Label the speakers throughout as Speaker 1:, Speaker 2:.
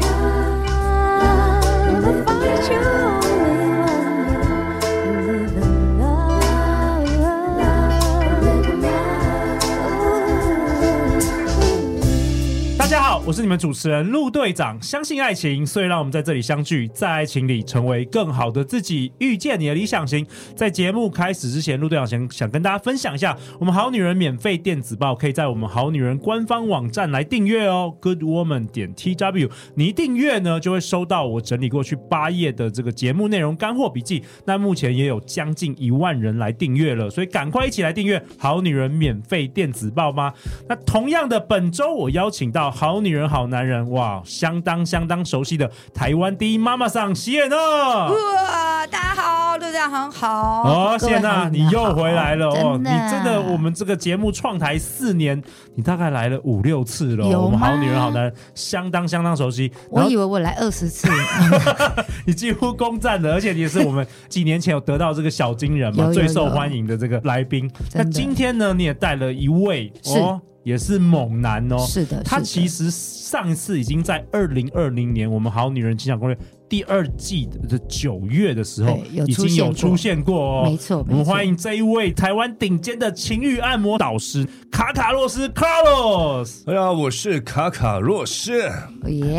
Speaker 1: Love, find you only one. Live in love, live in love.
Speaker 2: 大家好，我是你们主持人陆队长。相信爱情，所以让我们在这里相聚，在爱情里成为更好的自己，遇见你的理想型。在节目开始之前，陆队长想想跟大家分享一下，我们好女人免费电子报可以在我们好女人官方网站来订阅哦，Good Woman 点 T W。你一订阅呢，就会收到我整理过去八页的这个节目内容干货笔记。那目前也有将近一万人来订阅了，所以赶快一起来订阅《好女人免费电子报》吗？那同样的，本周我邀请到《好女人好男人》哇，相当相当熟悉的台湾第一妈妈上席耶娜。
Speaker 3: 哇，大家好，陆家很好。
Speaker 2: 哦，
Speaker 3: 哦各位
Speaker 2: 谢娜，
Speaker 3: 好
Speaker 2: 你又回来了哦！
Speaker 3: 真
Speaker 2: 你
Speaker 3: 的
Speaker 2: 真的，我们这个节目创台四年，你大概来了五六次了哦。
Speaker 3: 有
Speaker 2: 我们
Speaker 3: 吗
Speaker 2: 好女人好男人相当相当熟悉。
Speaker 3: 我
Speaker 2: 然后
Speaker 3: 以为我来二十 次，
Speaker 2: 你几乎攻占了，而且你也是我们几年前有得到这个小金人
Speaker 3: 有
Speaker 2: 嘛
Speaker 3: 有
Speaker 2: 最受
Speaker 3: 有
Speaker 2: 欢迎的这个来宾。那
Speaker 3: 真的
Speaker 2: 今天呢，你也带了一位哦，也是猛男哦。
Speaker 3: 是的，
Speaker 2: 他
Speaker 3: 是的
Speaker 2: 其实上一次已经在二零二零年我们《好女人情感攻略》第二季的九月的时候
Speaker 3: 对，有
Speaker 2: 已
Speaker 3: 出
Speaker 2: 经
Speaker 3: 现
Speaker 2: 有出
Speaker 3: 过
Speaker 2: 现过哦。
Speaker 3: 没错，
Speaker 2: 我们
Speaker 3: 没错
Speaker 2: 欢迎这一位台湾顶尖的情欲按摩导师卡卡洛斯 Carlos，
Speaker 4: 大家好，哎我是卡卡洛斯，
Speaker 3: 耶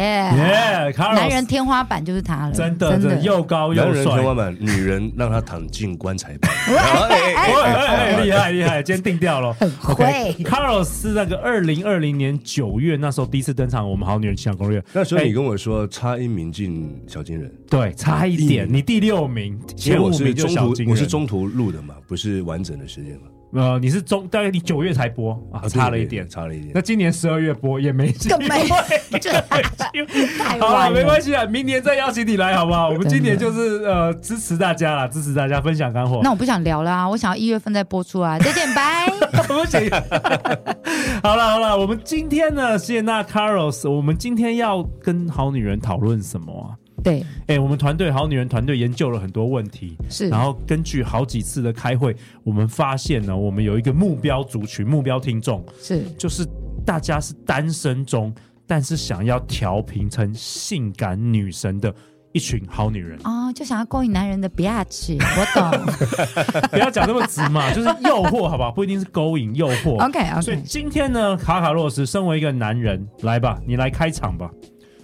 Speaker 2: 耶、卡 c a r l o s
Speaker 3: 男人天花板就是他了，
Speaker 2: 真的真的又高
Speaker 4: 男
Speaker 2: 又
Speaker 4: 人天
Speaker 2: 帅
Speaker 4: 花。板，女人让他躺进棺材板。
Speaker 2: 哎哎哎，厉害厉害，今天定掉了。
Speaker 3: 很会
Speaker 2: c a r l o s 是那个二零二零年九月那时候第一次登场，我们《好女人情感攻略》哎
Speaker 4: 那时候你跟我说差一名进小金人，
Speaker 2: 对，差一点，你第六名，
Speaker 4: 其实
Speaker 2: 前五
Speaker 4: 我是
Speaker 2: 哎名就
Speaker 4: 中
Speaker 2: 小金
Speaker 4: 途
Speaker 2: 人
Speaker 4: 我是中途录的嘛，不是完整的时间嘛，
Speaker 2: 呃，你是中，大概你九月才播啊，
Speaker 4: 啊
Speaker 2: 差了
Speaker 4: 对
Speaker 2: 一
Speaker 4: 对
Speaker 2: 点。
Speaker 4: 差了一点
Speaker 2: 那。今年十二月播也没机会
Speaker 3: 更 没这 太
Speaker 2: 好了，
Speaker 3: 晚
Speaker 2: 没关
Speaker 3: 了。
Speaker 2: 系啊，明年再邀请你来好不好？我们今年就是呃支持大家啦，支持大家分享干货
Speaker 3: 那。我不想聊啊啦，我想要一月份再播出啊，再见，拜。
Speaker 2: 不行， 好了好了，我们今天呢，谢娜 Carlos，我们今天要跟好女人讨论什么啊？
Speaker 3: 对，
Speaker 2: 哎、我们团队好女人团队研究了很多问题，
Speaker 3: 是
Speaker 2: 然后根据好几次的开会，我们发现呢，我们有一个目标族群、目标听众，
Speaker 3: 是。
Speaker 2: 就是大家是单身中，但是想要调频成性感女神的一群好女人
Speaker 3: 哦，就想要勾引男人的比亚 奇，我懂。
Speaker 2: 不要讲那么直嘛，就是诱惑，好不好？不一定是勾引，诱惑。
Speaker 3: OK
Speaker 4: 啊
Speaker 2: 所以
Speaker 3: OK，
Speaker 2: 今天呢，卡卡洛斯身为一个男人，来吧，你来开场吧。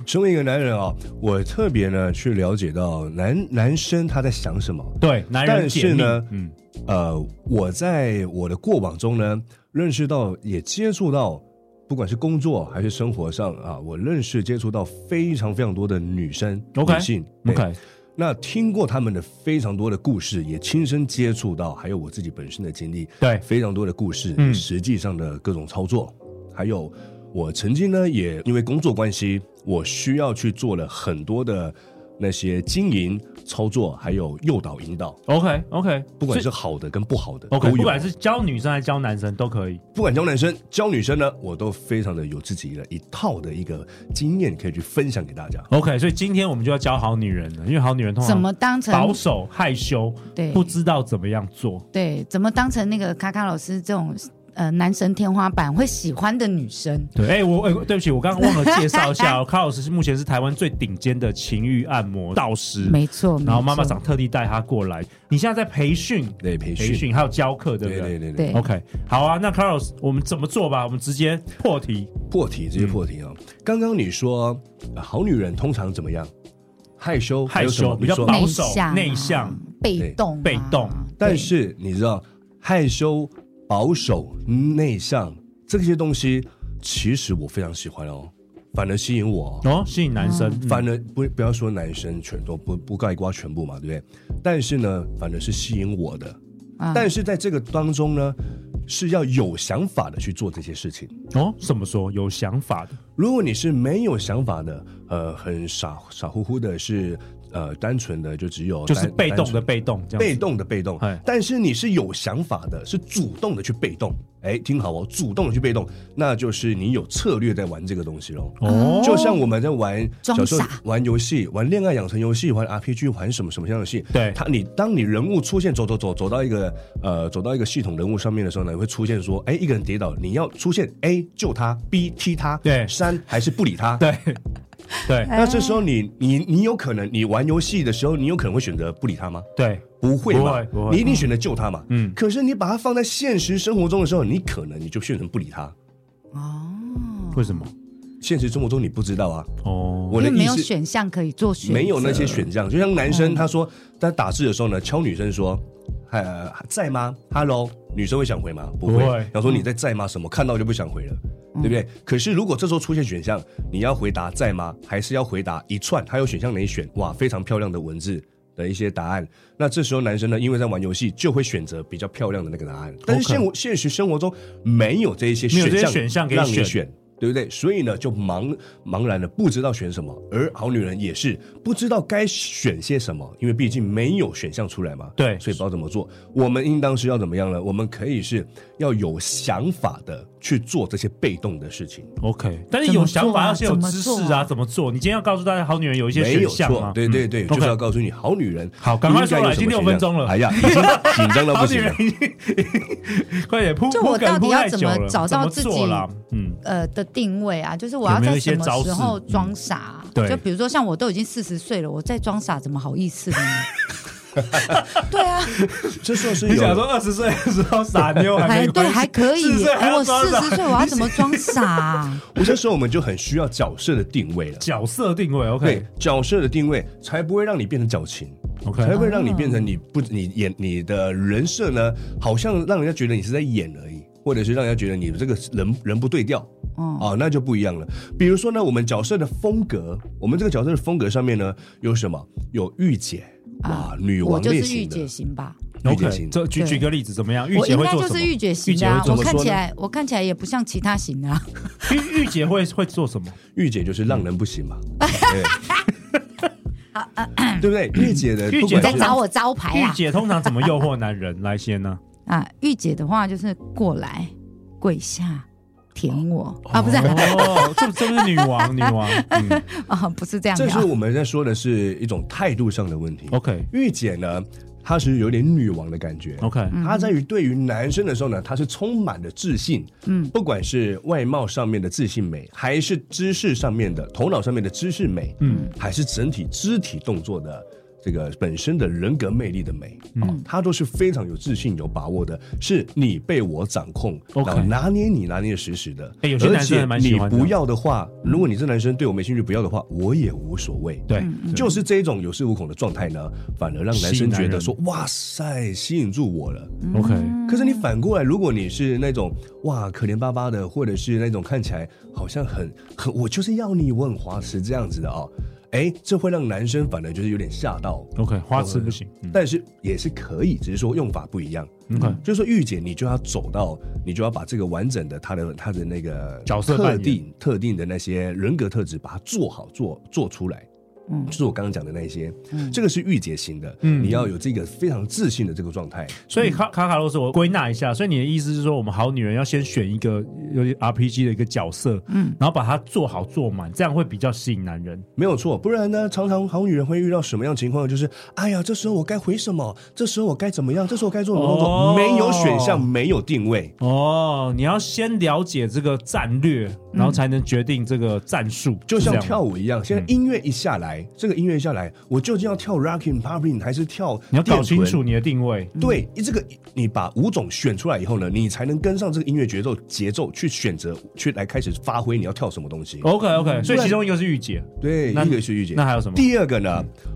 Speaker 4: 身为一个男人啊，我特别呢去了解到男男生他在想什么。
Speaker 2: 对，男人
Speaker 4: 但
Speaker 2: 解
Speaker 4: 是
Speaker 2: 密
Speaker 4: 呢
Speaker 2: 嗯，
Speaker 4: 呃，我在我的过往中呢，认识到也接触到，不管是工作还是生活上啊，我认识接触到非常非常多的女生
Speaker 2: OK
Speaker 4: 女性。对
Speaker 2: OK，
Speaker 4: 那听过他们的非常多的故事，也亲身接触到，还有我自己本身的经历，
Speaker 2: 对
Speaker 4: 非常多的故事，
Speaker 2: 嗯
Speaker 4: 实际上的各种操作，还有我曾经呢，也因为工作关系，我需要去做了很多的那些经营操作，还有诱导引导，
Speaker 2: OK OK，
Speaker 4: 不管是好的跟不好的
Speaker 2: OK，
Speaker 4: 都有
Speaker 2: 不管是教女生还是教男生都可以。
Speaker 4: 不管教男生教女生呢，我都非常的有自己的一套的一个经验可以去分享给大家。
Speaker 2: OK，所以今天我们就要教好女人了，因为好女人通常
Speaker 3: 怎么当成
Speaker 2: 哦保守、害羞，
Speaker 3: 对
Speaker 2: 不知道怎么样做。
Speaker 3: 对，怎么当成那个卡卡老师这种呃男神天花板会喜欢的女生？
Speaker 2: 对，哎、我哎、对不起，我刚刚忘了介绍一下、 哦，卡老师是目前是台湾最顶尖的情欲按摩导师，
Speaker 3: 没错，
Speaker 2: 然后
Speaker 3: 没
Speaker 2: 妈妈
Speaker 3: 错
Speaker 2: 长特地带他过来。你现在在培训、
Speaker 4: 对，培
Speaker 2: 培
Speaker 4: 训，
Speaker 2: 训还有教课，对不
Speaker 4: 对对对
Speaker 3: 对
Speaker 2: OK，好啊，那 Carlos，我们怎么做吧？我们直接破题。
Speaker 4: 破题，直接破题啊、
Speaker 2: 嗯
Speaker 4: 刚刚你说、呃好女人通常怎么样？害羞，还有什么
Speaker 2: 害羞比较
Speaker 4: 你说
Speaker 2: 保
Speaker 3: 内
Speaker 2: 守
Speaker 3: 向啊、
Speaker 2: 内向
Speaker 3: 被动啊、
Speaker 2: 被动
Speaker 4: 但是你知道，害羞、保守、内向这些东西，其实我非常喜欢哦，反而吸引我、哦。
Speaker 2: 哦，吸引男生，嗯
Speaker 4: 反而不不要说男生全都不不盖瓜全部嘛，对不对？但是呢，反而是吸引我的。
Speaker 3: 啊
Speaker 4: 但是在这个当中呢，是要有想法的去做这些事情。
Speaker 2: 哦，怎么说？有想法的，
Speaker 4: 如果你是没有想法的，呃，很傻傻乎乎的是，呃单纯的就只有
Speaker 2: 就是
Speaker 4: 单
Speaker 2: 被动
Speaker 4: 单
Speaker 2: 的
Speaker 4: 纯
Speaker 2: 被动，这样子
Speaker 4: 被动的被动
Speaker 2: 哎，
Speaker 4: 但是你是有想法的，是主动的去被动。哎，听好哦，主动的去被动，那就是你有策略在玩这个东西喽。
Speaker 3: 啊
Speaker 2: 哦，
Speaker 4: 就像我们在玩
Speaker 3: 装
Speaker 4: 小时候
Speaker 3: 傻
Speaker 4: 玩游戏、玩恋爱养成游戏、玩 RPG、玩什么什么样的游戏，
Speaker 2: 对
Speaker 4: 它你当你人物出现走走走走到一个呃走到一个系统人物上面的时候呢，你会出现说，哎，一个人跌倒，你要出现 A 救他，B 踢他，
Speaker 2: 对
Speaker 4: 三还是不理他，
Speaker 2: 对对
Speaker 4: 那这时候你你你有可能你玩游戏的时候，你有可能会选择不理他吗？
Speaker 2: 对，
Speaker 4: 不会嘛？
Speaker 2: 不会不会
Speaker 4: 你一定选择救他嘛？
Speaker 2: 嗯
Speaker 4: 可是你把它放在现实生活中的时候，你可能你就变成不理他。
Speaker 3: 哦，
Speaker 2: 为什么？
Speaker 4: 现实生活中你不知道啊，
Speaker 2: 哦，
Speaker 4: 我的
Speaker 3: 因为没
Speaker 4: 意
Speaker 3: 有
Speaker 4: 思
Speaker 3: 选项可以做选择，嗯
Speaker 4: 没有那些选项，就像男生他说他打字的时候呢，敲女生说。呃，在吗？Hello，女生会想回吗？不
Speaker 2: 不
Speaker 4: 会
Speaker 2: 会。
Speaker 4: 然后说你在在吗？什么看到就不想回了，
Speaker 3: 嗯
Speaker 4: 对不对？可是如果这时候出现选项，你要回答在吗？还是要回答一串？还有选项哪一选？哇，非常漂亮的文字的一些答案。那这时候男生呢，因为在玩游戏，就会选择比较漂亮的那个答案。但是现活现实生活中没有这一些
Speaker 2: 没有
Speaker 4: 选
Speaker 2: 这些
Speaker 4: 项，
Speaker 2: 选项可以
Speaker 4: 让你
Speaker 2: 选
Speaker 4: 选，对不对？所以
Speaker 2: 嗯
Speaker 4: 呢，就茫茫然的不知道选什么，而好女人也是不知道该选些什么，因为毕竟没有选项出来嘛。
Speaker 2: 对
Speaker 4: 所以不知道怎么做。我们应当是要怎么样呢？我们可以是要有想法的去做这些被动的事情，
Speaker 2: OK，但是有想法要先有
Speaker 3: 怎么
Speaker 2: 知
Speaker 3: 做啊
Speaker 2: 识啊，怎么做？你今天要告诉大家，好女人有一些
Speaker 4: 没
Speaker 2: 选
Speaker 4: 有
Speaker 2: 项
Speaker 4: 错
Speaker 2: 嘛？。
Speaker 4: 对
Speaker 2: 嗯
Speaker 4: 对对，就是
Speaker 2: OK
Speaker 4: 要告诉你，好女人
Speaker 2: 好赶快
Speaker 4: 应该
Speaker 2: 说了
Speaker 4: 有什
Speaker 2: 已
Speaker 4: 么
Speaker 2: 经六
Speaker 4: 选项
Speaker 2: 分钟了
Speaker 4: 哎呀，已经 紧张到
Speaker 2: 好
Speaker 4: 不
Speaker 2: 女
Speaker 4: 行
Speaker 2: 人
Speaker 4: 啊了。
Speaker 2: 已经快点铺
Speaker 3: 就
Speaker 2: 铺
Speaker 3: 我
Speaker 2: 梗
Speaker 3: 到底
Speaker 2: 铺
Speaker 3: 要
Speaker 2: 太
Speaker 3: 怎
Speaker 2: 久
Speaker 3: 么
Speaker 2: 了，
Speaker 3: 找
Speaker 2: 怎
Speaker 3: 到
Speaker 2: 么
Speaker 3: 自
Speaker 2: 做
Speaker 3: 己
Speaker 2: 啦嗯，
Speaker 3: 呃的定位啊，就是我要
Speaker 2: 有没有
Speaker 3: 在
Speaker 2: 一些
Speaker 3: 什么
Speaker 2: 招式
Speaker 3: 时候
Speaker 2: 嗯
Speaker 3: 装傻啊？
Speaker 2: 对
Speaker 3: 就比如说像我都已经四十岁了，我再装傻怎么好意思呢？对啊，
Speaker 4: 这时候是
Speaker 2: 你想
Speaker 4: 有
Speaker 2: 说二十岁的时候傻妞还
Speaker 3: 还
Speaker 2: 没
Speaker 3: 哎
Speaker 2: 关
Speaker 3: 对
Speaker 2: 系
Speaker 3: 还可
Speaker 2: 40
Speaker 3: 以耶，
Speaker 2: 岁还
Speaker 3: 哎，
Speaker 2: 要
Speaker 3: 我
Speaker 2: 装
Speaker 3: 四
Speaker 2: 傻
Speaker 3: 十岁我要怎么装傻 啊？
Speaker 4: 我这时候我们就很需要角色的定位了。
Speaker 2: 角色定位
Speaker 4: 对
Speaker 2: OK
Speaker 4: 角色的定位，才不会让你变成矫情。
Speaker 2: OK
Speaker 4: 才不会让你变
Speaker 3: 哦
Speaker 4: 成你不你演你的人设呢，好像让人家觉得你是在演而已，或者是让人家觉得你这个人人不对调。
Speaker 3: 嗯
Speaker 4: 哦，那就不一样了。比如说呢，我们角色的风格，我们这个角色的风格上面呢，有什么？有御姐啊，哇女
Speaker 3: 我
Speaker 4: 王
Speaker 3: 就
Speaker 4: 类
Speaker 3: 是御
Speaker 4: 型的
Speaker 3: 姐，型吧，
Speaker 4: 御姐
Speaker 2: OK，
Speaker 4: 型
Speaker 2: 这举
Speaker 3: 对
Speaker 2: 举个例子怎么样？玉
Speaker 3: 我
Speaker 2: 姐
Speaker 3: 应
Speaker 2: 会
Speaker 3: 该
Speaker 2: 做
Speaker 3: 就
Speaker 2: 什么？
Speaker 3: 是御姐型的
Speaker 2: 御
Speaker 3: 啊
Speaker 2: 姐会。
Speaker 4: 怎
Speaker 2: 做
Speaker 4: 么
Speaker 3: 我
Speaker 4: 说呢
Speaker 3: 看起来我看起来也不像其他型 的啊，
Speaker 2: 玉玉 姐会会做什么？
Speaker 4: 御姐就是让人不行嘛，
Speaker 3: 嗯
Speaker 4: 对
Speaker 3: 呃
Speaker 4: 对不对？御姐的
Speaker 2: 御
Speaker 4: 不
Speaker 2: 姐
Speaker 3: 你
Speaker 4: 管
Speaker 3: 在
Speaker 4: 是
Speaker 3: 找我招牌
Speaker 2: 玉
Speaker 3: 啊
Speaker 2: 姐通常怎么诱惑男人来先呢？
Speaker 3: 啊！御姐的话就是过来跪下舔我 啊，不是 啊
Speaker 2: 哦，这这不是女王 女王？嗯
Speaker 3: 啊，不是这样
Speaker 4: 这
Speaker 3: 的
Speaker 4: 是
Speaker 3: 啊，
Speaker 4: 我们在说的是一种态度上的问题。
Speaker 2: ，OK
Speaker 4: 御姐呢，她是有点女王的感
Speaker 3: 哦
Speaker 4: 觉。
Speaker 2: OK，
Speaker 4: 她在于对于男生的时候呢，她是充满了自信，嗯，不管是外貌上面的自信美，还是知识上面的、头脑上面的知识美，
Speaker 2: 嗯，
Speaker 4: 还是整体肢体动作的这个本身的人格魅力的美，嗯，她都是非常有自信、有把握的，是你被我掌控，
Speaker 2: OK
Speaker 4: 然后拿捏你拿捏得实实的，
Speaker 2: 哎有些男生还蛮喜欢
Speaker 4: 而
Speaker 2: 的
Speaker 4: 且你不要的话，如果你这男生对我没兴趣，不要的话，我也无所谓，
Speaker 2: 对，
Speaker 3: 嗯
Speaker 4: 就是这种有恃无恐的状态呢，反而让男
Speaker 2: 嗯吸引
Speaker 4: 生
Speaker 2: 男
Speaker 4: 觉得
Speaker 2: 人嗯
Speaker 4: 说：“哇塞，吸引住我了。
Speaker 2: OK，
Speaker 3: 嗯
Speaker 4: 可是你反过来，如果你是那种哇可怜巴巴的，或者是那种看起来好像很很我就是要你，我很花痴这样子的哦，哎，这会让男生反而就是有点吓到。
Speaker 2: OK，花痴不行。嗯
Speaker 4: 但是也是可以，只是说用法不一样。
Speaker 2: OK，
Speaker 4: 就是说，御姐你就要走到，你就要把这个完整的她的她的那个
Speaker 2: 角色扮
Speaker 4: 特
Speaker 2: 演
Speaker 4: 定特定的那些人格特质，把它做好做做出来。
Speaker 3: 嗯
Speaker 4: 就是我刚刚讲的那些，这个是御姐型的，
Speaker 2: 嗯
Speaker 4: 你要有这个非常自信的这个状态。
Speaker 2: 所以卡卡卡洛斯，我归纳一下，所以你的意思是说，我们好女人要先选一个有点 RPG 的一个角色，嗯，然后把它做好做满，这样会比较吸引男人。
Speaker 4: 没有错，不然呢，常常好女人会遇到什么样的情况？就是，哎呀，这时候我该回什么？这时候我该怎么样？这时候我该做什么动作？
Speaker 2: 哦
Speaker 4: 没有选项，没有定位。
Speaker 2: 哦，你要先了解这个战略，
Speaker 3: 嗯
Speaker 2: 然后才能决定这个战术，
Speaker 4: 就像
Speaker 2: 是这样吗
Speaker 4: 跳舞一样，现在音乐一下来，这个音乐一下来，我究竟要跳 rocking、popping 还是跳？
Speaker 2: 你要搞清楚。嗯你的定位。
Speaker 4: 对，这个你把五种选出来以后呢，你才能跟上这个音乐节奏节奏，去选择去来开始发挥你要跳什么东西。
Speaker 2: OK OK，所以
Speaker 3: 嗯
Speaker 2: 其中一个是御姐，
Speaker 4: 对，
Speaker 2: 哦那
Speaker 4: 一个是御姐，
Speaker 2: 那还有什么
Speaker 4: 第二个呢？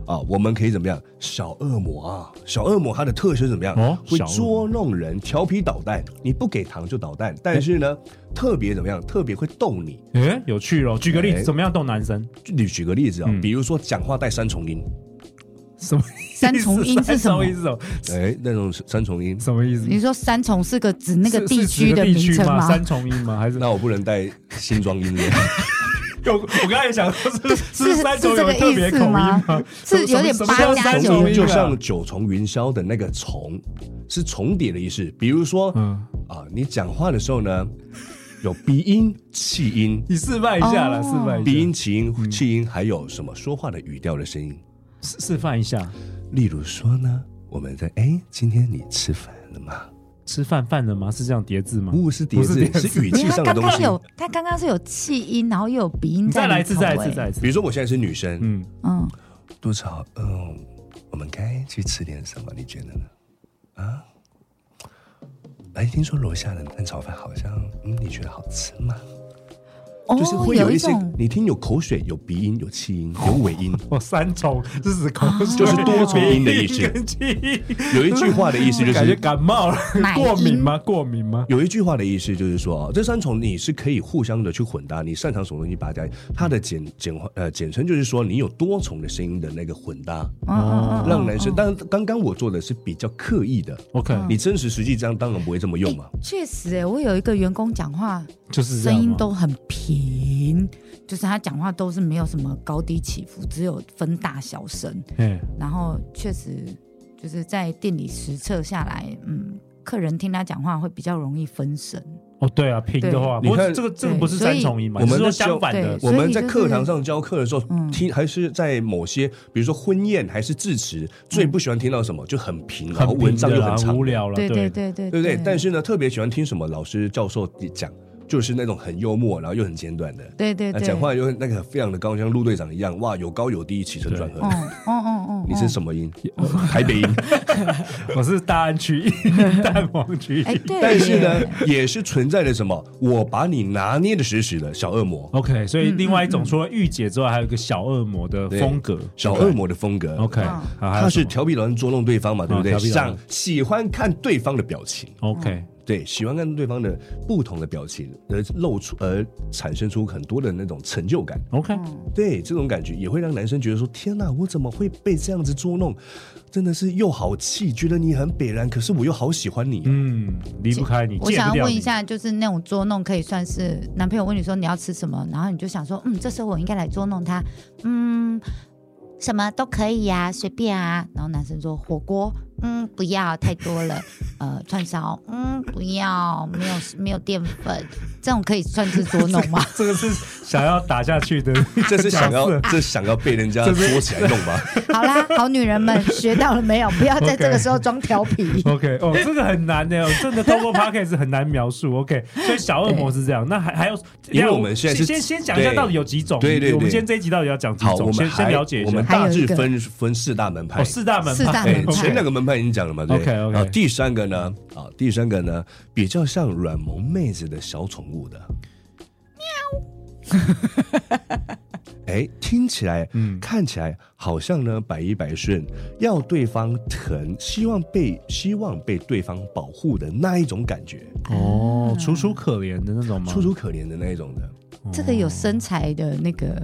Speaker 4: 啊，我们可以怎么样？小恶魔啊，小恶魔它的特性怎么样？
Speaker 2: 哦
Speaker 4: 会
Speaker 2: 小恶魔
Speaker 4: 捉弄人，调皮捣蛋。你不给糖就捣蛋，但是呢，
Speaker 2: 哎
Speaker 4: 特别怎么样？特别会逗你。
Speaker 2: 诶，有趣咯。举个例子，
Speaker 4: 哎
Speaker 2: 怎么样动男生？
Speaker 4: 就你举个例子啊，
Speaker 2: 嗯
Speaker 4: 比如说讲话带三重音，
Speaker 2: 什么
Speaker 3: 三重音是什么
Speaker 2: 三重音是什么？
Speaker 4: 哎，那种三重音，
Speaker 2: 什么意思？
Speaker 3: 你说三重是个指那个
Speaker 2: 是
Speaker 3: 地
Speaker 2: 是指
Speaker 3: 区
Speaker 2: 个
Speaker 3: 的
Speaker 2: 地
Speaker 3: 名称
Speaker 2: 吗？
Speaker 3: 吗？
Speaker 2: 三重音吗？还是
Speaker 4: 那我不能带新装音乐。
Speaker 2: 有，我刚才也 想说，是是
Speaker 3: 是
Speaker 2: 三
Speaker 3: 是
Speaker 2: 种
Speaker 3: 这
Speaker 2: 有
Speaker 3: 个
Speaker 2: 特
Speaker 3: 意
Speaker 2: 别
Speaker 3: 思
Speaker 2: 口音
Speaker 3: 吗
Speaker 2: 吗？
Speaker 3: 是
Speaker 2: 什么
Speaker 3: 有点
Speaker 2: 什么
Speaker 3: 八
Speaker 2: 叫
Speaker 3: 加
Speaker 2: 三
Speaker 3: 九
Speaker 2: 种
Speaker 3: 重
Speaker 4: 重
Speaker 2: 音
Speaker 4: 就
Speaker 2: 啊
Speaker 4: 像九重云霄的那个重，是重叠的意思。比如说，
Speaker 2: 嗯
Speaker 4: 啊，你讲话的时候呢，有鼻音、气音、
Speaker 2: 你示范一下啦，
Speaker 3: 哦
Speaker 2: 示范一下，
Speaker 4: 鼻音、气音、气音，还有什么说话的语调的声音。
Speaker 2: 示示范一下，
Speaker 4: 例如说呢，我们在哎，今天你吃饭了吗？
Speaker 2: 吃饭饭了吗？是这样叠字吗？
Speaker 4: 不是叠
Speaker 2: 不
Speaker 4: 字，
Speaker 2: 是叠字
Speaker 4: 是语
Speaker 3: 没
Speaker 4: 气
Speaker 3: 有他
Speaker 4: 上的
Speaker 3: 刚
Speaker 4: 东
Speaker 3: 刚
Speaker 4: 西。
Speaker 3: 有，他刚刚是有气音，然后又有鼻音
Speaker 2: 你
Speaker 3: 在
Speaker 2: 再
Speaker 3: 里头、
Speaker 2: 来一次，再来一
Speaker 3: 哎
Speaker 2: 次，再来一次
Speaker 4: 比。如说我现在是女生，
Speaker 2: 嗯，
Speaker 3: 嗯，
Speaker 4: 多少？嗯，我们该去吃点什么？你觉得呢？啊？哎，听说楼下的蛋炒饭好像，嗯，你觉得好吃吗？
Speaker 3: 哦，
Speaker 4: 就是会
Speaker 3: 有
Speaker 4: 一些
Speaker 3: 种，
Speaker 4: 你听有口水、有鼻音、有气音、有尾 音。
Speaker 2: 哦，三重是指口
Speaker 3: 啊
Speaker 2: 水，
Speaker 4: 就是多重音的意思
Speaker 2: 鼻音跟气音
Speaker 4: 有一句话的意思就
Speaker 2: 感觉
Speaker 4: 是，
Speaker 2: 感冒了，
Speaker 3: 奶音
Speaker 2: 过敏吗？过敏吗？
Speaker 4: 有一句话的意思就是说，这三重你是可以互相的去混搭，你擅长什么东西把它加进。它的简简化呃简称就是说，你有多重的声音的那个混搭，
Speaker 3: 嗯嗯嗯，
Speaker 4: 让男生。但刚刚我做的是比较刻意的，
Speaker 2: OK，
Speaker 3: 嗯
Speaker 4: 你真实实际这样当然不会这么用嘛。
Speaker 3: 确实、哎，我有一个员工讲话
Speaker 2: 就是这样啊
Speaker 3: 声
Speaker 2: 吗
Speaker 3: 音都很平，就是他讲话都是没有什么高低起伏，只有分大小声。
Speaker 2: 嘿
Speaker 3: 然后确实就是在店里实测下来，嗯，客人听他讲话会比较容易分神。
Speaker 2: 哦，对啊，平的话，不
Speaker 4: 对你
Speaker 2: 过
Speaker 4: 看
Speaker 2: 这个这个不
Speaker 3: 对
Speaker 2: 是
Speaker 3: 所
Speaker 2: 三
Speaker 3: 以
Speaker 2: 重音嘛，
Speaker 4: 我们
Speaker 2: 你是说
Speaker 4: 的
Speaker 2: 相反的
Speaker 3: 对
Speaker 4: 我
Speaker 3: 所以
Speaker 4: 们在
Speaker 3: 就是
Speaker 4: 课堂上教课的时候，
Speaker 3: 嗯
Speaker 4: 听还是在某些，比如说婚宴还是致辞，
Speaker 3: 嗯
Speaker 4: 最不喜欢听到什么，就很平，然后
Speaker 2: 很
Speaker 4: 文
Speaker 2: 平
Speaker 4: 章
Speaker 2: 的
Speaker 4: 又
Speaker 2: 啦，
Speaker 4: 很
Speaker 2: 很
Speaker 4: 长
Speaker 2: 无，聊了，
Speaker 3: 对对对对，
Speaker 4: 对不对？但是呢，特别喜欢听什么老师、教授讲，就是那种很幽默，然后又很简短的，
Speaker 3: 对对
Speaker 4: 那
Speaker 3: 对，
Speaker 4: 讲话又那个非常的高，像陆队长一样，哇，有高有低，起承转合
Speaker 3: 哦。哦哦哦，
Speaker 4: 你是什么音？ 台北音。
Speaker 2: 我是大安区、 蛋黄区
Speaker 3: 哎，对，
Speaker 4: 但是呢，也是存在着什么？我把你拿捏的死死的，小恶魔。
Speaker 2: ，OK，所以另外一
Speaker 3: 嗯
Speaker 2: 种除了御姐之外，还有一个小恶魔的
Speaker 4: 对
Speaker 2: 风格，
Speaker 4: 小恶魔的风格。啊
Speaker 2: OK，
Speaker 3: 嗯
Speaker 2: 好，还有
Speaker 4: 他
Speaker 2: 什
Speaker 4: 是
Speaker 2: 么哦
Speaker 4: 调皮捣蛋捉弄对方嘛，对不对？
Speaker 2: 调皮捣蛋
Speaker 4: 想喜欢看对方的表情，
Speaker 2: OK，
Speaker 3: 嗯
Speaker 4: 对，喜欢看对方的不同的表情，而露出而产生出很多的那种成就感。
Speaker 2: OK，
Speaker 3: 嗯
Speaker 4: 对，这种感觉也会让男生觉得说：天哪，我怎么会被这样子捉弄？真的是又好气，觉得你很北然，可是我又好喜欢你。，
Speaker 2: 嗯，离不开你，
Speaker 3: 我
Speaker 2: 戒不
Speaker 3: 想要
Speaker 2: 掉
Speaker 3: 问
Speaker 2: 你
Speaker 3: 一，下，就是那种捉弄可以算是男朋友问你说你要吃什么，然后你就想说，嗯，这时候我应该来捉弄他，嗯，什么都可以呀、随便啊。然后男生说火锅，嗯，不要太多了，呃，串烧，嗯，不要，没有没有淀粉，这种可以算是捉弄吗？
Speaker 2: 这个是想要打下去的
Speaker 4: 这 是想
Speaker 2: 角
Speaker 4: 要，
Speaker 2: 色
Speaker 4: 这是想要被人家捉起来弄 吧？
Speaker 3: 好啦，好女人们学到了没有？不要在这
Speaker 2: OK
Speaker 3: 个时候装调皮。
Speaker 2: OK，哦， 这个很难的，真的透过 Podcast 很难描述。OK，所以小恶魔是这样，那还还有，等一
Speaker 4: 因为
Speaker 2: 下
Speaker 4: 我们现在是
Speaker 2: 先先讲一下
Speaker 4: 对
Speaker 2: 到底有几种。
Speaker 4: 对对对
Speaker 2: 我们今天这一集到底要讲几
Speaker 4: 好，我
Speaker 2: 种？
Speaker 4: 们
Speaker 2: 先
Speaker 4: 还
Speaker 2: 先了解一
Speaker 4: 我
Speaker 2: 下
Speaker 4: 们。
Speaker 3: 还有
Speaker 4: 大致
Speaker 3: 一个
Speaker 4: 分分四大门派
Speaker 2: 哦，。四大门
Speaker 3: 四大
Speaker 2: 派，
Speaker 4: 哎
Speaker 3: 门，
Speaker 2: OK
Speaker 4: 前两个门派已经讲了嘛，对不对
Speaker 2: OK，OK
Speaker 4: 然后第三个呢，啊，第三个呢，比较像软萌妹子的小宠物的，喵。哎，听起来，嗯，看起来好像呢百依百顺，要对方疼，希望被希望被对方保护的那一种感觉，
Speaker 2: 哦，
Speaker 3: 嗯
Speaker 2: 楚楚可怜的那种吗？
Speaker 4: 楚楚可怜的那一种的，
Speaker 3: 这个有
Speaker 2: 哦
Speaker 3: 身材的那个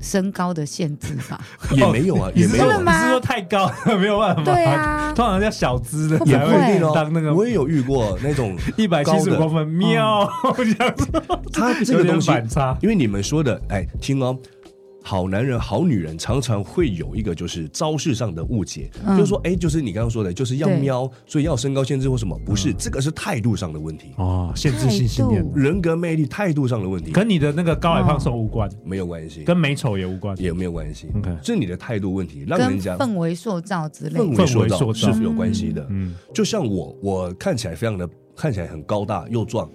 Speaker 3: 身高的限制吧？
Speaker 4: 也没有啊，
Speaker 2: 哦你
Speaker 4: 也
Speaker 2: 是
Speaker 4: 没
Speaker 2: 说
Speaker 3: 真的。
Speaker 4: 有啊
Speaker 2: 你
Speaker 3: 吗
Speaker 2: 是说太高了， 没有办法。
Speaker 3: 对啊
Speaker 2: 通常叫小资的
Speaker 3: 会不
Speaker 4: 也
Speaker 2: 才
Speaker 4: 不
Speaker 3: 会
Speaker 4: 一定哦，
Speaker 2: 当那个
Speaker 4: 我也有遇过那种
Speaker 2: 一百七
Speaker 4: 高
Speaker 2: 十
Speaker 4: 的嗯
Speaker 2: 五公分，喵！我想说，
Speaker 4: 他这个东西
Speaker 2: 有点反差
Speaker 4: 因为你们说的，哎，听哦，好男人、好女人常常会有一个就是招式上的误解，就是说，哎，就是你刚刚说的，就是
Speaker 3: 嗯
Speaker 4: 要
Speaker 3: 对嗯
Speaker 4: 喵，所以要身高限制或什么？不是，这个是态度上的问题，
Speaker 2: 哦，限制性信念
Speaker 3: 态，度
Speaker 4: 人格魅力、态度上的问题，
Speaker 2: 跟你的那个高矮胖瘦无关，
Speaker 4: 没有关系，
Speaker 2: 跟美丑也无关。
Speaker 4: 哦也没有关系
Speaker 2: OK，
Speaker 4: 是你的态度问题，让
Speaker 3: 跟
Speaker 4: 人家
Speaker 3: 氛围塑造之类的
Speaker 4: 氛
Speaker 2: 氛围
Speaker 4: 围塑
Speaker 2: 塑
Speaker 4: 造
Speaker 2: 造
Speaker 4: 是有关系的。
Speaker 2: 嗯，
Speaker 4: 就像我，我看起来非常的，看起来很高大又壮，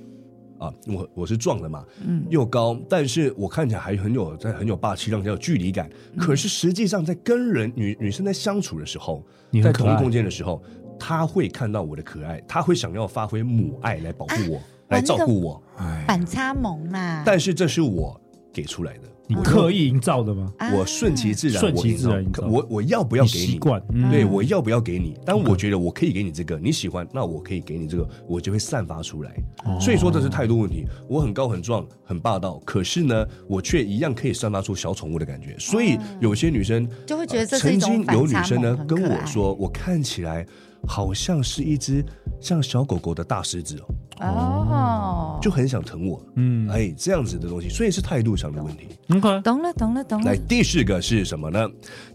Speaker 4: 啊，我我是壮的嘛，
Speaker 3: 嗯
Speaker 4: 又高，但是我看起来还很有在很有霸气，让人家有距离感。
Speaker 3: 嗯
Speaker 4: 可是实际上在跟人女女生在相处的时候
Speaker 2: 你，很
Speaker 4: 在
Speaker 2: 可
Speaker 4: 同
Speaker 2: 爱
Speaker 4: 一空间的时候，她会看到我的可爱，她会想要发挥母爱来保护
Speaker 3: 啊
Speaker 4: 我，来照顾我。
Speaker 3: 反差萌啦。
Speaker 4: 但是这是我给出来的。
Speaker 2: 你刻意营造的吗？
Speaker 3: 啊
Speaker 4: 我顺其自然，
Speaker 2: 顺
Speaker 4: 我
Speaker 2: 其
Speaker 4: 营
Speaker 2: 自
Speaker 4: 造
Speaker 2: 然营
Speaker 4: 可
Speaker 2: 造
Speaker 4: 我我要不要给
Speaker 2: 你
Speaker 4: 你？
Speaker 2: 习惯嗯
Speaker 4: 对我要不要给你？但我觉得我可以给你这个，你喜欢，那我可以给你这个，我就会散发出来。
Speaker 2: 哦
Speaker 4: 所以说这是态度问题。我很高很壮很霸道，可是呢，我却一样可以散发出小宠物的感觉。所以有些女生
Speaker 3: 哦
Speaker 4: 呃
Speaker 3: 就会觉得这是一
Speaker 4: 曾
Speaker 3: 种
Speaker 4: 经有女生呢
Speaker 3: 反差萌
Speaker 4: 跟
Speaker 3: 很可爱
Speaker 4: 我说，我看起来好像是一只像小狗狗的大狮子哦，
Speaker 3: 哦，
Speaker 4: 就很想疼我。
Speaker 2: 嗯
Speaker 4: 哎，这样子的东西，所以是态度上的问题。
Speaker 2: ，OK，
Speaker 3: 懂了，懂了，懂了
Speaker 4: 来，。第四个是什么呢？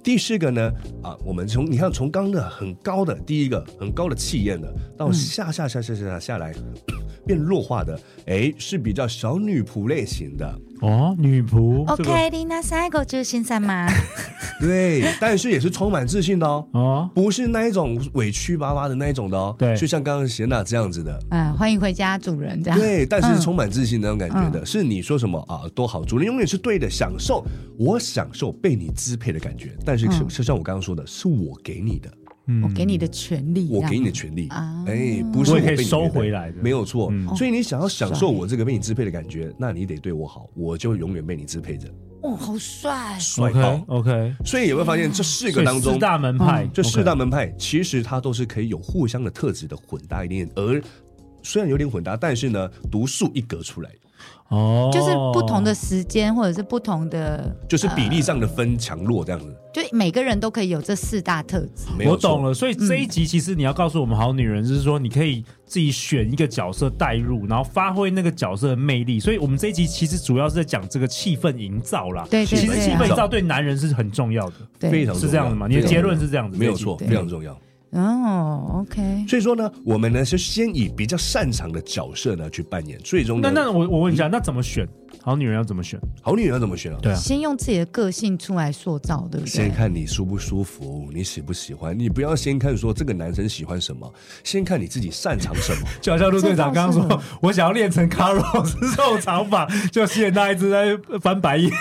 Speaker 4: 第四个呢？啊，我们从你看从刚的很高的第一个很高的气焰的，到下下下下下下下来 变弱化的，哎，是比较小女仆类型的，
Speaker 2: 哦，女仆这个
Speaker 3: OK，你那三个就是新三 吗？
Speaker 4: 对，但是也是充满自信的哦。
Speaker 2: 哦，
Speaker 4: 不是那一种委屈巴巴的那一种的哦，
Speaker 2: 对
Speaker 4: 就像刚刚贤娜这样子的，
Speaker 3: 嗯，欢迎回家，主人这样。
Speaker 4: 对，但是是充满自信的那种感觉的，是你说什么啊都好，主人永远是对的，享受我享受被你支配的感觉，但是是
Speaker 3: 嗯
Speaker 4: 就像我刚刚说的，是我给你的，
Speaker 2: 嗯
Speaker 3: 我给你的权利，
Speaker 4: 我
Speaker 3: 这样
Speaker 4: 给你的权利，
Speaker 3: 啊
Speaker 4: 哎，不是
Speaker 2: 我也
Speaker 4: 被
Speaker 2: 可以
Speaker 4: 你
Speaker 2: 收
Speaker 4: 虐待
Speaker 2: 回来的
Speaker 4: 没有错
Speaker 2: 嗯。
Speaker 4: 所以你想要享受我这个被你支配的感觉，那你得对我好，我就永远被你支配着，
Speaker 3: 哦，好帅，
Speaker 4: 帅到
Speaker 2: OK。OK，
Speaker 4: 所以你会发现这四个当
Speaker 2: 嗯
Speaker 4: 中
Speaker 2: 四，大门派，
Speaker 3: 嗯
Speaker 4: 这四
Speaker 2: OK
Speaker 4: 大门派其实它都是可以有互相的特质的混搭一点，而虽然有点混搭，但是呢，独树一格出来，
Speaker 2: 哦，
Speaker 3: 就是不同的时间或者是不同的，
Speaker 4: 就是比例上的分强弱这样子。
Speaker 3: 就每个人都可以有这四大特质。
Speaker 4: 没有
Speaker 2: 我
Speaker 4: 错
Speaker 2: 懂，了，所以这一集其实你要告诉我们好女人，就是说你可以自己选一个角色代入，然后发挥那个角色的魅力。所以我们这一集其实主要是在讲这个气氛营造啦。
Speaker 3: 对对
Speaker 2: 其实
Speaker 3: 对
Speaker 2: 气氛
Speaker 3: 啊
Speaker 2: 营造对男人是很重要的，
Speaker 4: 非
Speaker 3: 对，
Speaker 4: 常重要
Speaker 2: 是这样的吗？你的结论是这样子，
Speaker 4: 没有
Speaker 2: 这一集嗯
Speaker 4: 错，
Speaker 3: 对
Speaker 4: 非常重要。
Speaker 3: 哦，OK，
Speaker 4: 所以说呢，我们呢是先以比较擅长的角色呢去扮演，最终
Speaker 2: 那
Speaker 4: 呢，
Speaker 2: 那我我问一下，那怎么选好女人要怎么选？
Speaker 4: 好女人要怎么选啊？
Speaker 2: 对啊，
Speaker 3: 先用自己的个性出来塑造，对不
Speaker 4: 先
Speaker 3: 对？
Speaker 4: 看你舒不舒服，你喜不喜欢，你不要先看说这个男生喜欢什么，先看你自己擅长什么。
Speaker 2: 就好像陆队长刚刚
Speaker 3: 这倒
Speaker 2: 说
Speaker 3: 是，
Speaker 2: 我想要练成 Carlos 这种长发，就吸引他一直在翻白眼。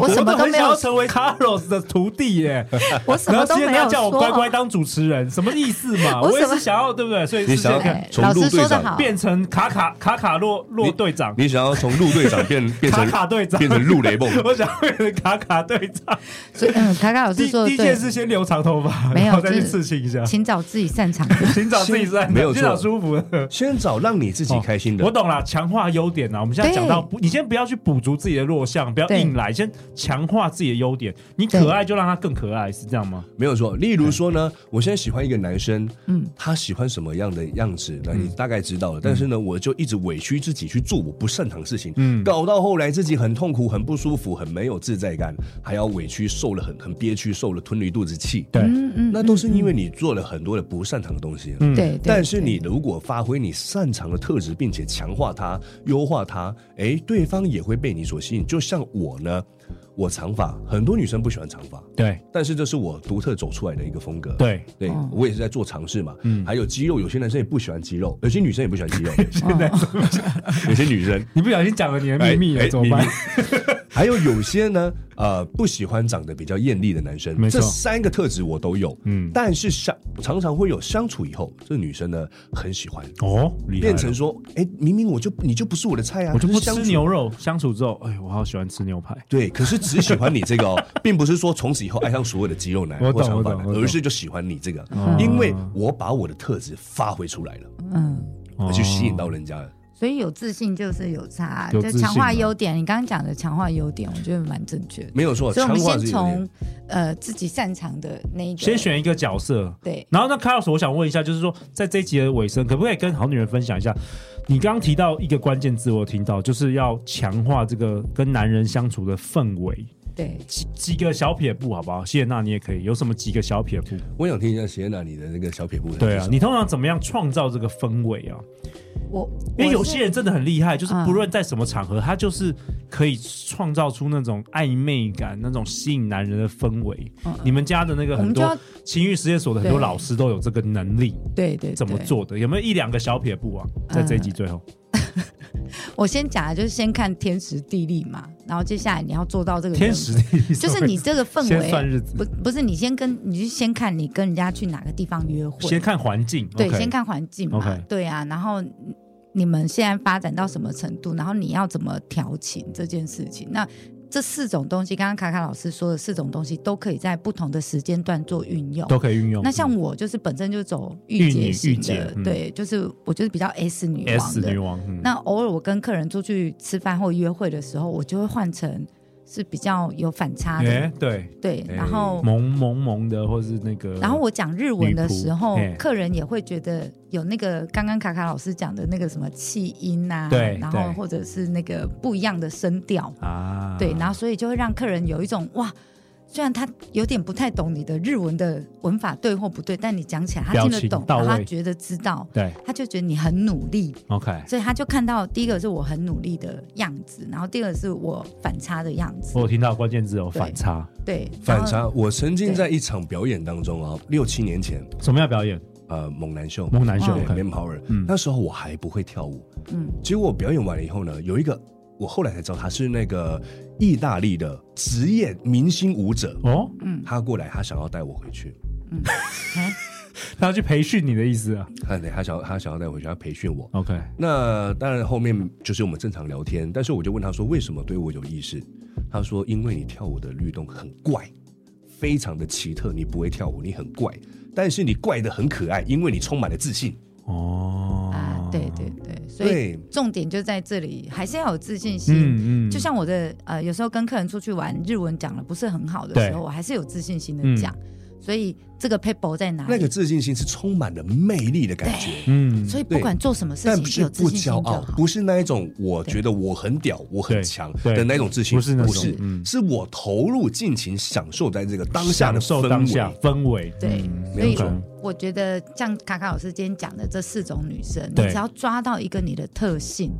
Speaker 3: 我什么都
Speaker 2: 很
Speaker 3: 没
Speaker 2: 想
Speaker 3: 有
Speaker 2: 要，成为 Carlos 的徒弟耶。
Speaker 3: 我什
Speaker 2: 然
Speaker 3: 么
Speaker 2: 后
Speaker 3: 都
Speaker 2: 现
Speaker 3: 没
Speaker 2: 在
Speaker 3: 有
Speaker 2: 叫我
Speaker 3: 说。
Speaker 2: 乖乖当主持人，什么意思嘛？
Speaker 3: 我
Speaker 2: 我也
Speaker 3: 什么
Speaker 2: 是想要，对不对？所以
Speaker 4: 你
Speaker 2: 是
Speaker 4: 想要
Speaker 2: 先
Speaker 4: 看
Speaker 3: 哎
Speaker 4: 从
Speaker 3: 老师
Speaker 4: 陆队
Speaker 3: 说得
Speaker 4: 长
Speaker 3: 好
Speaker 2: 变成卡卡卡卡洛洛队长，
Speaker 4: 你想要从陆队长变变
Speaker 2: 卡
Speaker 4: 成
Speaker 2: 卡队长
Speaker 4: 变成陆雷梦，
Speaker 2: 我想要变成卡卡队 长。
Speaker 3: 所以，嗯，卡卡老师
Speaker 2: 第
Speaker 3: 说
Speaker 2: 第
Speaker 3: 的
Speaker 2: 一件
Speaker 3: 对，
Speaker 2: 事先留长头发，
Speaker 3: 没有
Speaker 2: 然后再去
Speaker 3: 就是
Speaker 2: 刺青一下，
Speaker 3: 请找自己擅长的。
Speaker 2: 寻找自己在哪
Speaker 4: 没有
Speaker 2: 寻找
Speaker 4: 错
Speaker 2: 舒服的。
Speaker 4: 先找让你自
Speaker 2: 哦
Speaker 4: 己开心的。
Speaker 2: 我懂了，强化优点啊！我们现在讲到不，你先不要去补足自己的弱项，不要
Speaker 3: 对
Speaker 2: 硬来，先强化自己的优点。你可
Speaker 3: 对
Speaker 2: 爱就让他更可爱，是这样吗？
Speaker 4: 没有错。例如说呢，
Speaker 2: 哎
Speaker 4: 我现在喜欢一个男生，
Speaker 3: 嗯
Speaker 4: 他喜欢什么样的样子，那你大概知道了。但是呢，我就一直委屈自己去做我不擅长的事情，
Speaker 2: 嗯
Speaker 4: 搞到后来自己很痛苦、很不舒服、很没有自在感，还要委屈，受了很很憋屈，受了吞了一肚子气。
Speaker 2: 对
Speaker 3: 嗯嗯，
Speaker 4: 那都是因为你做了很多的不擅长的东西。
Speaker 2: 嗯
Speaker 3: 对，对
Speaker 4: 但是你如果发挥你擅长的特质，并且强化它、优化它，诶，对方也会被你所吸引。就像我呢，我长发，很多女生不喜欢长发，
Speaker 2: 对
Speaker 4: 但是这是我独特走出来的一个风格。
Speaker 2: 对，嗯
Speaker 4: 对，
Speaker 3: 哦
Speaker 4: 我也是在做尝试嘛。还有肌肉，有些男生也不喜欢肌 肉，有些女生也不喜欢肌肉，
Speaker 2: 哦
Speaker 4: 有些女生。
Speaker 2: 你不小心讲了你的秘密
Speaker 4: 哎
Speaker 2: 了，
Speaker 4: 哎
Speaker 2: 怎么办
Speaker 4: 秘？还有有些呢，呃，不喜欢长得比较艳丽的男生，
Speaker 2: 没错
Speaker 4: 这三个特质我都有，
Speaker 2: 嗯
Speaker 4: 嗯，但是相常常会有相处以后，这女生呢很喜欢，
Speaker 2: 哦，厉害
Speaker 4: 变
Speaker 2: 了
Speaker 4: 成说，哎、明明我就你就不是我的菜啊，
Speaker 2: 我就不
Speaker 4: 可是相
Speaker 2: 吃
Speaker 4: 处
Speaker 2: 牛肉，相处之后，哎，我好喜欢吃牛排。
Speaker 4: 对，可是只喜欢你这个 哦，并不是说从此以后爱上所有的肌肉男
Speaker 2: 我
Speaker 4: 或
Speaker 2: 懂
Speaker 4: 长发
Speaker 2: 我
Speaker 4: 男，
Speaker 2: 懂我懂哦
Speaker 4: 而是就喜欢你这个，因为我把我的特质发挥出来了，
Speaker 3: 嗯，
Speaker 2: 哦
Speaker 4: 我去吸引到人家了。
Speaker 3: 所以有自信就是有差，
Speaker 2: 有
Speaker 3: 就
Speaker 2: 自
Speaker 3: 强化
Speaker 2: 信啊
Speaker 3: 优点。你刚刚讲的强化优点，我觉得蛮正确的。
Speaker 4: 没有
Speaker 2: 哦
Speaker 4: 错，
Speaker 3: 所以我
Speaker 4: 强
Speaker 3: 们
Speaker 4: 化
Speaker 3: 先
Speaker 4: 自己的优点
Speaker 3: 从呃自己擅长的那一个
Speaker 2: 先选一个角色。
Speaker 3: 对，
Speaker 2: 然后那 Carlos，我想问一下，就是说，在这一集的尾声，可不可以跟好女人分享一下？你刚刚提到一个关键字，我有听到就是要强化这个跟男人相处的氛围。
Speaker 3: 对，
Speaker 2: 几几个小撇步，好不好？谢娜，你也可以有什么几个小撇步？
Speaker 4: 我想听一下谢娜你的那个小撇步。
Speaker 2: 对啊，你通常怎么样创造这个氛围啊？
Speaker 3: 我
Speaker 2: 因为
Speaker 3: 我
Speaker 2: 有
Speaker 3: 是
Speaker 2: 些人真的很厉害，就是
Speaker 3: 嗯
Speaker 2: 不论在什么场合，他就是可以创造出那种暧昧感、那种吸引男人的氛围。你们家的那个
Speaker 3: 嗯我
Speaker 2: 很
Speaker 3: 们就
Speaker 2: 多
Speaker 3: 要
Speaker 2: 情欲实验所的很多
Speaker 3: 对
Speaker 2: 老师都有这个能力，
Speaker 3: 对对
Speaker 2: 怎么？做的？有没有一两个小撇步啊？
Speaker 3: 嗯
Speaker 2: 在这一集最后，
Speaker 3: 对我先讲，啊就是先看天时地利嘛，然后接下来你要做到这个
Speaker 2: 天
Speaker 3: 人
Speaker 2: 时地利，
Speaker 3: 就是你这个氛
Speaker 2: 先算
Speaker 3: 围，
Speaker 2: 日子，
Speaker 3: 不不是你先跟你就先看你跟人家去哪个地方约会，
Speaker 2: 先看环境，
Speaker 3: 对
Speaker 2: OK
Speaker 3: 先看环境嘛
Speaker 2: OK
Speaker 3: 对啊，然后你你们现在发展到什么程度，然后你要怎么调情这件事情，那。这四种东西，刚刚卡卡老师说的四种东西，都可以在不同的时间段做运用。
Speaker 2: 都可以运用。嗯
Speaker 3: 那像我就是本身就走
Speaker 2: 御
Speaker 3: 御
Speaker 2: 女
Speaker 3: 姐
Speaker 2: 御
Speaker 3: 型
Speaker 2: 姐
Speaker 3: 的，
Speaker 2: 嗯
Speaker 3: 对，就是我就是比较 S 女王
Speaker 2: S
Speaker 3: 的
Speaker 2: 女。王，嗯
Speaker 3: 那偶尔我跟客人出去吃饭或约会的时候，我就会换成是比较有反差的，
Speaker 2: 哎，对，
Speaker 3: 对。
Speaker 4: 哎
Speaker 3: 然后，
Speaker 2: 萌萌萌的，或是那个，
Speaker 3: 然后我讲日文的时候
Speaker 2: 嗯女仆嘿，
Speaker 3: 客人也会觉得有那个刚刚卡卡老师讲的那个什么气音啊，
Speaker 2: 对
Speaker 3: 然后
Speaker 2: 对
Speaker 3: 或者是那个不一样的声调，
Speaker 2: 啊，
Speaker 3: 对，然后所以就会让客人有一种哇。虽然他有点不太懂你的日文的文法对或不对，但你讲起来他
Speaker 2: 表
Speaker 3: 听得
Speaker 2: 情
Speaker 3: 懂，
Speaker 2: 到
Speaker 3: 然后他
Speaker 2: 位
Speaker 3: 觉得知道，
Speaker 2: 对
Speaker 3: 他就觉得你很努力，
Speaker 2: ，OK，
Speaker 3: 所以他就看到第一个是我很努力的样子，然后第二个是我反差的样子
Speaker 2: 我，有听到关键字有
Speaker 3: 对
Speaker 2: 哦反差，
Speaker 3: 对，然
Speaker 4: 反
Speaker 3: 后
Speaker 4: 差。我曾经在一场表演当中啊，六七年前，
Speaker 2: 什么样的表演？
Speaker 4: 呃，猛男秀，
Speaker 2: 猛男秀
Speaker 4: 对
Speaker 2: OK
Speaker 4: ，Man Power，
Speaker 2: 嗯
Speaker 4: 那时候我还不会跳舞，
Speaker 3: 嗯，
Speaker 4: 结果我表演完了以后呢，有一个我后来才知道他是那个意大利的职业明星舞者，
Speaker 2: 哦，
Speaker 3: 嗯
Speaker 4: 他过来他想要带我回去，
Speaker 3: 哎
Speaker 2: 他要去培训你的意思啊
Speaker 4: 他他想要他想要带我回去，他培训我。
Speaker 2: ？OK，
Speaker 4: 那当然后面就是我们正常聊天，但是我就问他说为什么对我有意识，他说因为你跳舞的律动很怪，非常的奇特，你不会跳舞，你很怪，但是你怪的很可爱，因为你充满了自信。
Speaker 3: 嗯
Speaker 2: 哦，
Speaker 3: 啊，对对对，所以
Speaker 4: 对，
Speaker 3: 重点就在这里，还是要有自信心。
Speaker 2: 嗯嗯，
Speaker 3: 就像我的呃，有时候跟客人出去玩，日文讲的不是很好的
Speaker 2: 对
Speaker 3: 时候，我还是有自信心
Speaker 2: 嗯
Speaker 3: 的讲。所以这个 paper 在哪里？
Speaker 4: 那个自信心是充满了魅力的感觉。
Speaker 2: 嗯，
Speaker 3: 所以不
Speaker 4: 对
Speaker 3: 管做什么事
Speaker 4: 但
Speaker 3: 情，
Speaker 4: 是
Speaker 3: 有自
Speaker 4: 不
Speaker 3: 信心
Speaker 4: 骄
Speaker 3: 就
Speaker 4: 傲
Speaker 3: 好。，
Speaker 4: 不是那一种我觉得我很屌、我很强
Speaker 2: 对
Speaker 4: 的那种自信，
Speaker 2: 不是那种
Speaker 4: 不是
Speaker 2: 嗯，
Speaker 4: 是我投入、尽情享受在这个当下的
Speaker 2: 享受当
Speaker 4: 氛
Speaker 2: 下
Speaker 4: 围。
Speaker 2: 氛围，
Speaker 3: 对
Speaker 2: 嗯，
Speaker 3: 所以
Speaker 2: 没有错
Speaker 3: 我觉得像卡卡老师今天讲的这四种女生，你
Speaker 2: 对
Speaker 3: 只要抓到一个你的特性，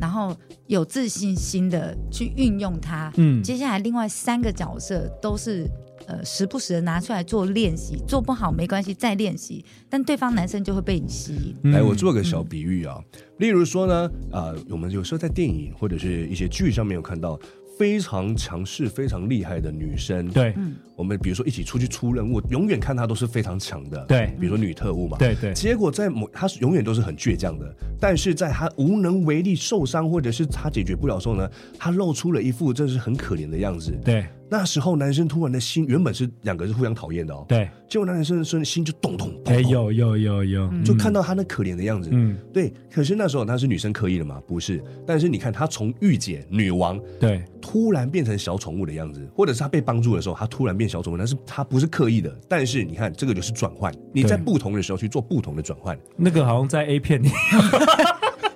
Speaker 3: 然后有自信心的去运用它，
Speaker 2: 嗯
Speaker 3: 接下来另外三个角色都是。呃，时不时的拿出来做练习，做不好没关系，再练习。但对方男生就会被你吸引，
Speaker 2: 嗯
Speaker 4: 来，我做个小比喻啊，例如说呢，啊，我们有时候在电影或者是一些剧上面有看到非常强势、非常厉害的女生，
Speaker 2: 对
Speaker 4: 我们比如说一起出去出任务，永远看她都是非常强的，
Speaker 2: 对
Speaker 4: 比如说女特务嘛，
Speaker 2: 对对
Speaker 4: 结果在某，她永远都是很倔强的，但是在她无能为力、受伤或者是她解决不了的时候呢，她露出了一副真是很可怜的样子。
Speaker 2: 对
Speaker 4: 那时候男生突然的心，原本是两个是互相讨厌的哦，，
Speaker 2: 对，
Speaker 4: 结果那男生的心就咚咚
Speaker 2: 哎
Speaker 4: 砰砰，
Speaker 2: 有有有有，
Speaker 4: 就看到她那可怜的样子。
Speaker 2: 嗯，
Speaker 4: 对，可是那时候她是女生刻意的吗？不是，但是你看她从御姐、女王
Speaker 2: 对
Speaker 4: 突然变成小宠物的样子，或者是他被帮助的时候，他突然变小宠物，但是他不是刻意的。但是你看，这个就是转换，你在不同的时候去做不同的转换。
Speaker 2: 那个好像在 A 片里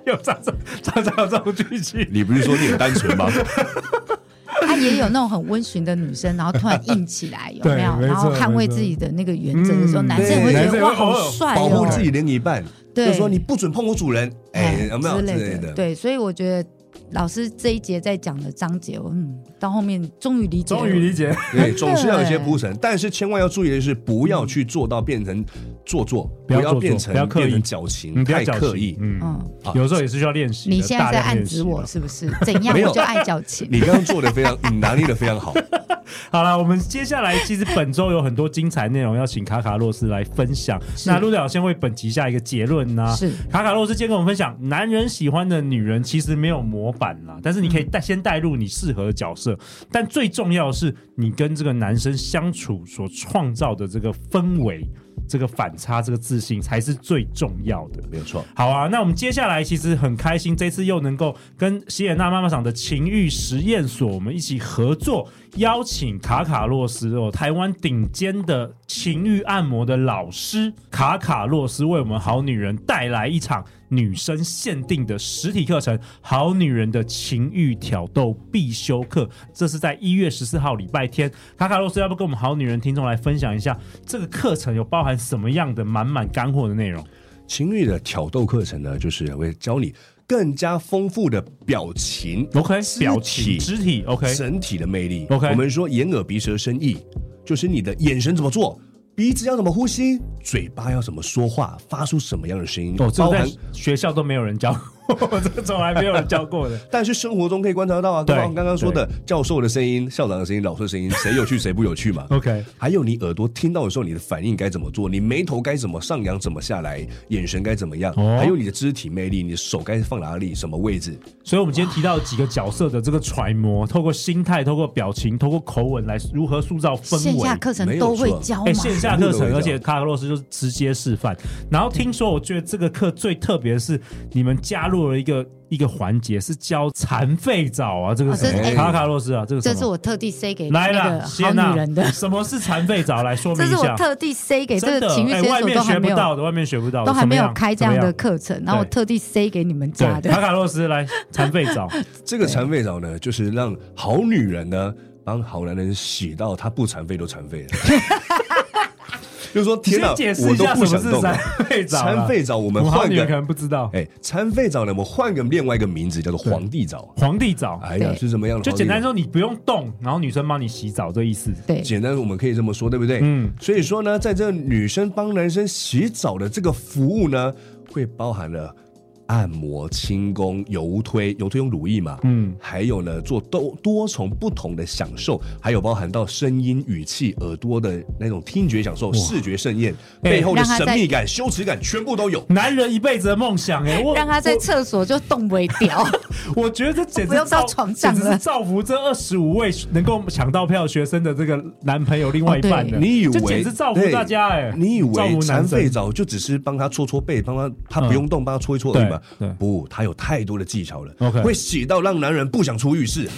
Speaker 2: 有常常常常有这种剧情，
Speaker 4: 你不是说你很单纯 吗？
Speaker 3: 他也有那种很温驯的女生，然后突然硬起来，有没有？
Speaker 2: 对没错
Speaker 3: 然后捍卫自己的那个原则的时候，
Speaker 2: 嗯
Speaker 3: 男生也会
Speaker 4: 对
Speaker 3: 觉
Speaker 2: 男生
Speaker 3: 得
Speaker 2: 也
Speaker 3: 哇，
Speaker 2: 会
Speaker 3: 好
Speaker 2: 哦
Speaker 3: 帅
Speaker 4: 保
Speaker 3: 哦，
Speaker 4: 护自己另一半，
Speaker 3: 对
Speaker 4: 就说你不准碰我主人，哎，有没有
Speaker 3: 之
Speaker 4: 之
Speaker 3: 类
Speaker 4: 类的？
Speaker 3: 对，所以我觉得老师这一节在讲的章节，我嗯，到后面终于理解了，
Speaker 2: 终于理解，
Speaker 4: 对，总是要有一些铺陈，但是千万要注意的是，不
Speaker 3: 嗯
Speaker 4: 要去做到变成做作，
Speaker 2: 不要做作
Speaker 4: 变成
Speaker 2: 不要刻意
Speaker 4: 变成矫情，
Speaker 2: 你不要
Speaker 4: 太
Speaker 2: 矫
Speaker 4: 刻
Speaker 2: 情
Speaker 4: 意。
Speaker 2: 嗯，
Speaker 3: 嗯，
Speaker 4: 啊
Speaker 2: 有时候也是需要练习的，
Speaker 3: 你现在
Speaker 2: 大
Speaker 3: 在
Speaker 2: 量
Speaker 3: 暗
Speaker 2: 练习
Speaker 3: 指
Speaker 2: 的
Speaker 3: 我是不是？怎样
Speaker 4: 没有
Speaker 3: 我就爱矫情。
Speaker 4: 你刚刚做的非常，你拿捏的非常好。
Speaker 2: 好了，我们接下来其实本周有很多精彩内容要请卡卡洛斯来分享。那陆队长先为本集下一个结论呢、
Speaker 3: 是
Speaker 2: 卡卡洛斯今天跟我们分享，男人喜欢的女人其实没有模板啦，但是你可以带先带入你适合的角色，但最重要的是你跟这个男生相处所创造的这个氛围、这个反差、这个自信才是最重要的。
Speaker 4: 没有错，
Speaker 2: 好啊，那我们接下来其实很开心，这次又能够跟希尔娜妈妈厂的情欲实验所，我们一起合作，邀请卡卡洛斯哦，台湾顶尖的情欲按摩的老师卡卡洛斯，为我们好女人带来一场女生限定的实体课程《好女人的情欲挑逗必修课》，这是在一月十四号礼拜天。卡卡洛斯，要不跟我们好女人听众来分享一下这个课程有包含什么样的满满干货的内容？
Speaker 4: 情欲的挑逗课程呢，就是会教你更加丰富的表情
Speaker 2: OK，
Speaker 4: 肢
Speaker 2: 表情、
Speaker 4: 体
Speaker 2: 肢体 OK，哦
Speaker 4: 整体的魅力。
Speaker 2: OK
Speaker 4: 我们说眼耳鼻舌身意，就是你的眼神怎么做，鼻子要怎么呼吸，嘴巴要怎么说话，发出什么样的声音，
Speaker 2: 哦，这
Speaker 4: 包
Speaker 2: 个在
Speaker 4: 含。
Speaker 2: 学校都没有人教过， 这个从来没有人教 过的。
Speaker 4: 但是生活中可以观察到啊，
Speaker 2: 对
Speaker 4: 刚刚刚刚说的教授的声音、校长的声音、老师的声音，谁有趣谁不有趣嘛
Speaker 2: OK
Speaker 4: 还有你耳朵听到的时候，你的反应该怎么做？你眉头该怎么上扬，怎么下来？眼神该怎么样？
Speaker 2: 哦
Speaker 4: 还有你的肢体魅力，你的手该放哪里，什么位置？
Speaker 2: 所以，我们今天提到几个角色的这个揣摩，透过心态、透过表情、透过口吻来如何塑造氛
Speaker 3: 线
Speaker 2: 围
Speaker 3: 下。课程
Speaker 4: 没有
Speaker 3: 都会
Speaker 4: 错
Speaker 3: 教
Speaker 2: 哎，
Speaker 3: 嘛？
Speaker 2: 线下课
Speaker 4: 全部
Speaker 2: 程，
Speaker 4: 都有
Speaker 2: 而且卡卡洛斯就是直接示范。然后听说，我觉得这个课最特别的是，你们加入入了一个一个环节，是教残废澡啊，这个
Speaker 3: 哦
Speaker 2: 什么
Speaker 3: 这是
Speaker 2: 卡卡洛斯啊，这个什
Speaker 3: 这
Speaker 2: 么
Speaker 3: 是我特地塞给
Speaker 2: 来
Speaker 3: 那
Speaker 2: 了，
Speaker 3: 个
Speaker 2: 谢
Speaker 3: 好
Speaker 2: 娜
Speaker 3: 女人的，
Speaker 2: 什么是残废澡？来说明
Speaker 3: 这
Speaker 2: 一
Speaker 3: 是我
Speaker 2: 下。
Speaker 3: 特地塞给这
Speaker 2: 真的
Speaker 3: 个情欲
Speaker 2: 哎
Speaker 3: 解
Speaker 2: 外
Speaker 3: 锁
Speaker 2: 面
Speaker 3: 都还
Speaker 2: 学
Speaker 3: 没
Speaker 2: 不
Speaker 3: 有
Speaker 2: 到的，外面学不到的，
Speaker 3: 都还没有开这
Speaker 2: 怎么
Speaker 3: 样
Speaker 2: 样
Speaker 3: 的。课啊程，然后我特地塞给你们
Speaker 2: 怎
Speaker 3: 家
Speaker 2: 么样
Speaker 3: 的
Speaker 2: 对，。卡卡洛斯来残废 澡，
Speaker 4: 这个残废澡呢，就是让好女人呢帮好男人洗到他不残废都残废了。 就是说，天
Speaker 2: 先
Speaker 4: 哪
Speaker 2: 解，释
Speaker 4: 我
Speaker 2: 一
Speaker 4: 都
Speaker 2: 下什
Speaker 4: 不
Speaker 2: 么
Speaker 4: 想
Speaker 2: 是
Speaker 4: 动了。
Speaker 2: 残废澡啦。
Speaker 4: 残废澡，我
Speaker 2: 我
Speaker 4: 们
Speaker 2: 们好
Speaker 4: 换
Speaker 2: 女人可
Speaker 4: 个
Speaker 2: 能不知道，
Speaker 4: 哎，残废澡呢，我们换个另外一个名字叫做皇帝澡。
Speaker 2: 皇帝澡
Speaker 4: 哎呀，
Speaker 3: 对
Speaker 4: 是怎么样的皇
Speaker 2: 就
Speaker 4: 帝澡？
Speaker 2: 简单说，你不用动，然后女生帮你洗澡这意思。
Speaker 3: 对，
Speaker 4: 简单，我们可以这么说，对不对？
Speaker 2: 嗯
Speaker 4: 嗯。所以说呢，在这女生帮男生洗澡的这个服务呢，会包含了按摩、轻功、油推，油推用乳液嘛，
Speaker 2: 嗯
Speaker 4: 嗯，还有呢，做多多重不同的享受，还有包含到声音、语气、耳朵的那种听觉享受、视觉盛宴，背后的
Speaker 3: 让他
Speaker 4: 神
Speaker 3: 在
Speaker 4: 秘感、羞耻感，全部都有。
Speaker 2: 男人一辈子的梦想哎、我
Speaker 3: 让他在
Speaker 2: 我
Speaker 3: 厕所就动不 掉。
Speaker 2: 我觉得这简直
Speaker 3: 不用
Speaker 2: 造
Speaker 3: 到床上了
Speaker 2: 简直是造福这二十五位能够抢到票学生的这个男朋友另外一半的。
Speaker 3: 哦对
Speaker 4: 你以
Speaker 2: 这
Speaker 4: 为
Speaker 2: 简直造福大家哎、
Speaker 4: 对你以
Speaker 2: 造
Speaker 4: 为
Speaker 2: 福男
Speaker 4: 残
Speaker 2: 生嗯
Speaker 4: 废澡就只是帮他搓搓背，帮他他不用动，帮他搓一搓而已吗
Speaker 2: 对对？
Speaker 4: 不，他有太多的技巧了
Speaker 2: OK
Speaker 4: 会洗到让男人不想出浴室。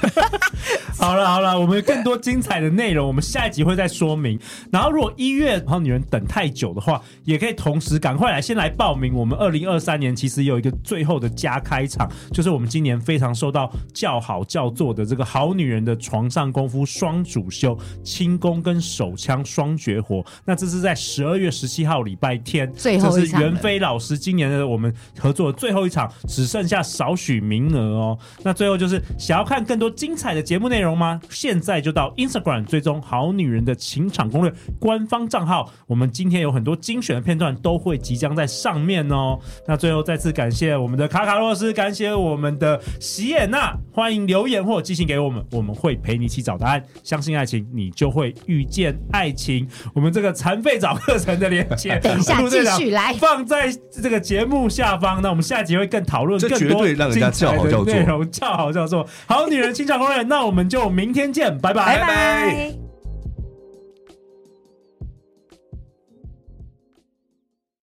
Speaker 2: 好了好了，我们有更多精彩的内容，我们下一集会再说明。然后，如果一月好女人等太久的话，也可以同时赶快来先来报名。我们二零二三年其实也有一个最后的加开场，就是我们今年非常受到叫好叫座的这个好女人的床上功夫双主修，轻功跟手枪双绝活。那这是在十二月十七号礼拜天，
Speaker 3: 最后
Speaker 2: 这
Speaker 3: 一
Speaker 2: 是
Speaker 3: 场了
Speaker 2: 袁飞老师今年的我们合作的最后一场，只剩下少许名额哦。那最后就是想要看更多精彩的节目内容吗？现在就到 Instagram 追踪《好女人的情场攻略》官方账号，我们今天有很多精选的片段都会即将在上面哦。那最后再次感谢我们的卡卡洛斯，感谢我们的席也娜，欢迎留言或寄信给我们，我们会陪你一起找答案。相信爱情，你就会遇见爱情。我们这个残废找课程的连接，
Speaker 3: 等一下
Speaker 2: 陆队长
Speaker 3: 继续来
Speaker 2: 放在这个节目下方。那我们下集会更讨论
Speaker 4: 这
Speaker 2: 更
Speaker 4: 绝
Speaker 2: 多
Speaker 4: 对让人家
Speaker 2: 精彩
Speaker 4: 叫好
Speaker 2: 的
Speaker 4: 叫座
Speaker 2: 内容，叫好叫座。好女人情场攻略，那我们就明天见，拜拜
Speaker 3: 拜拜。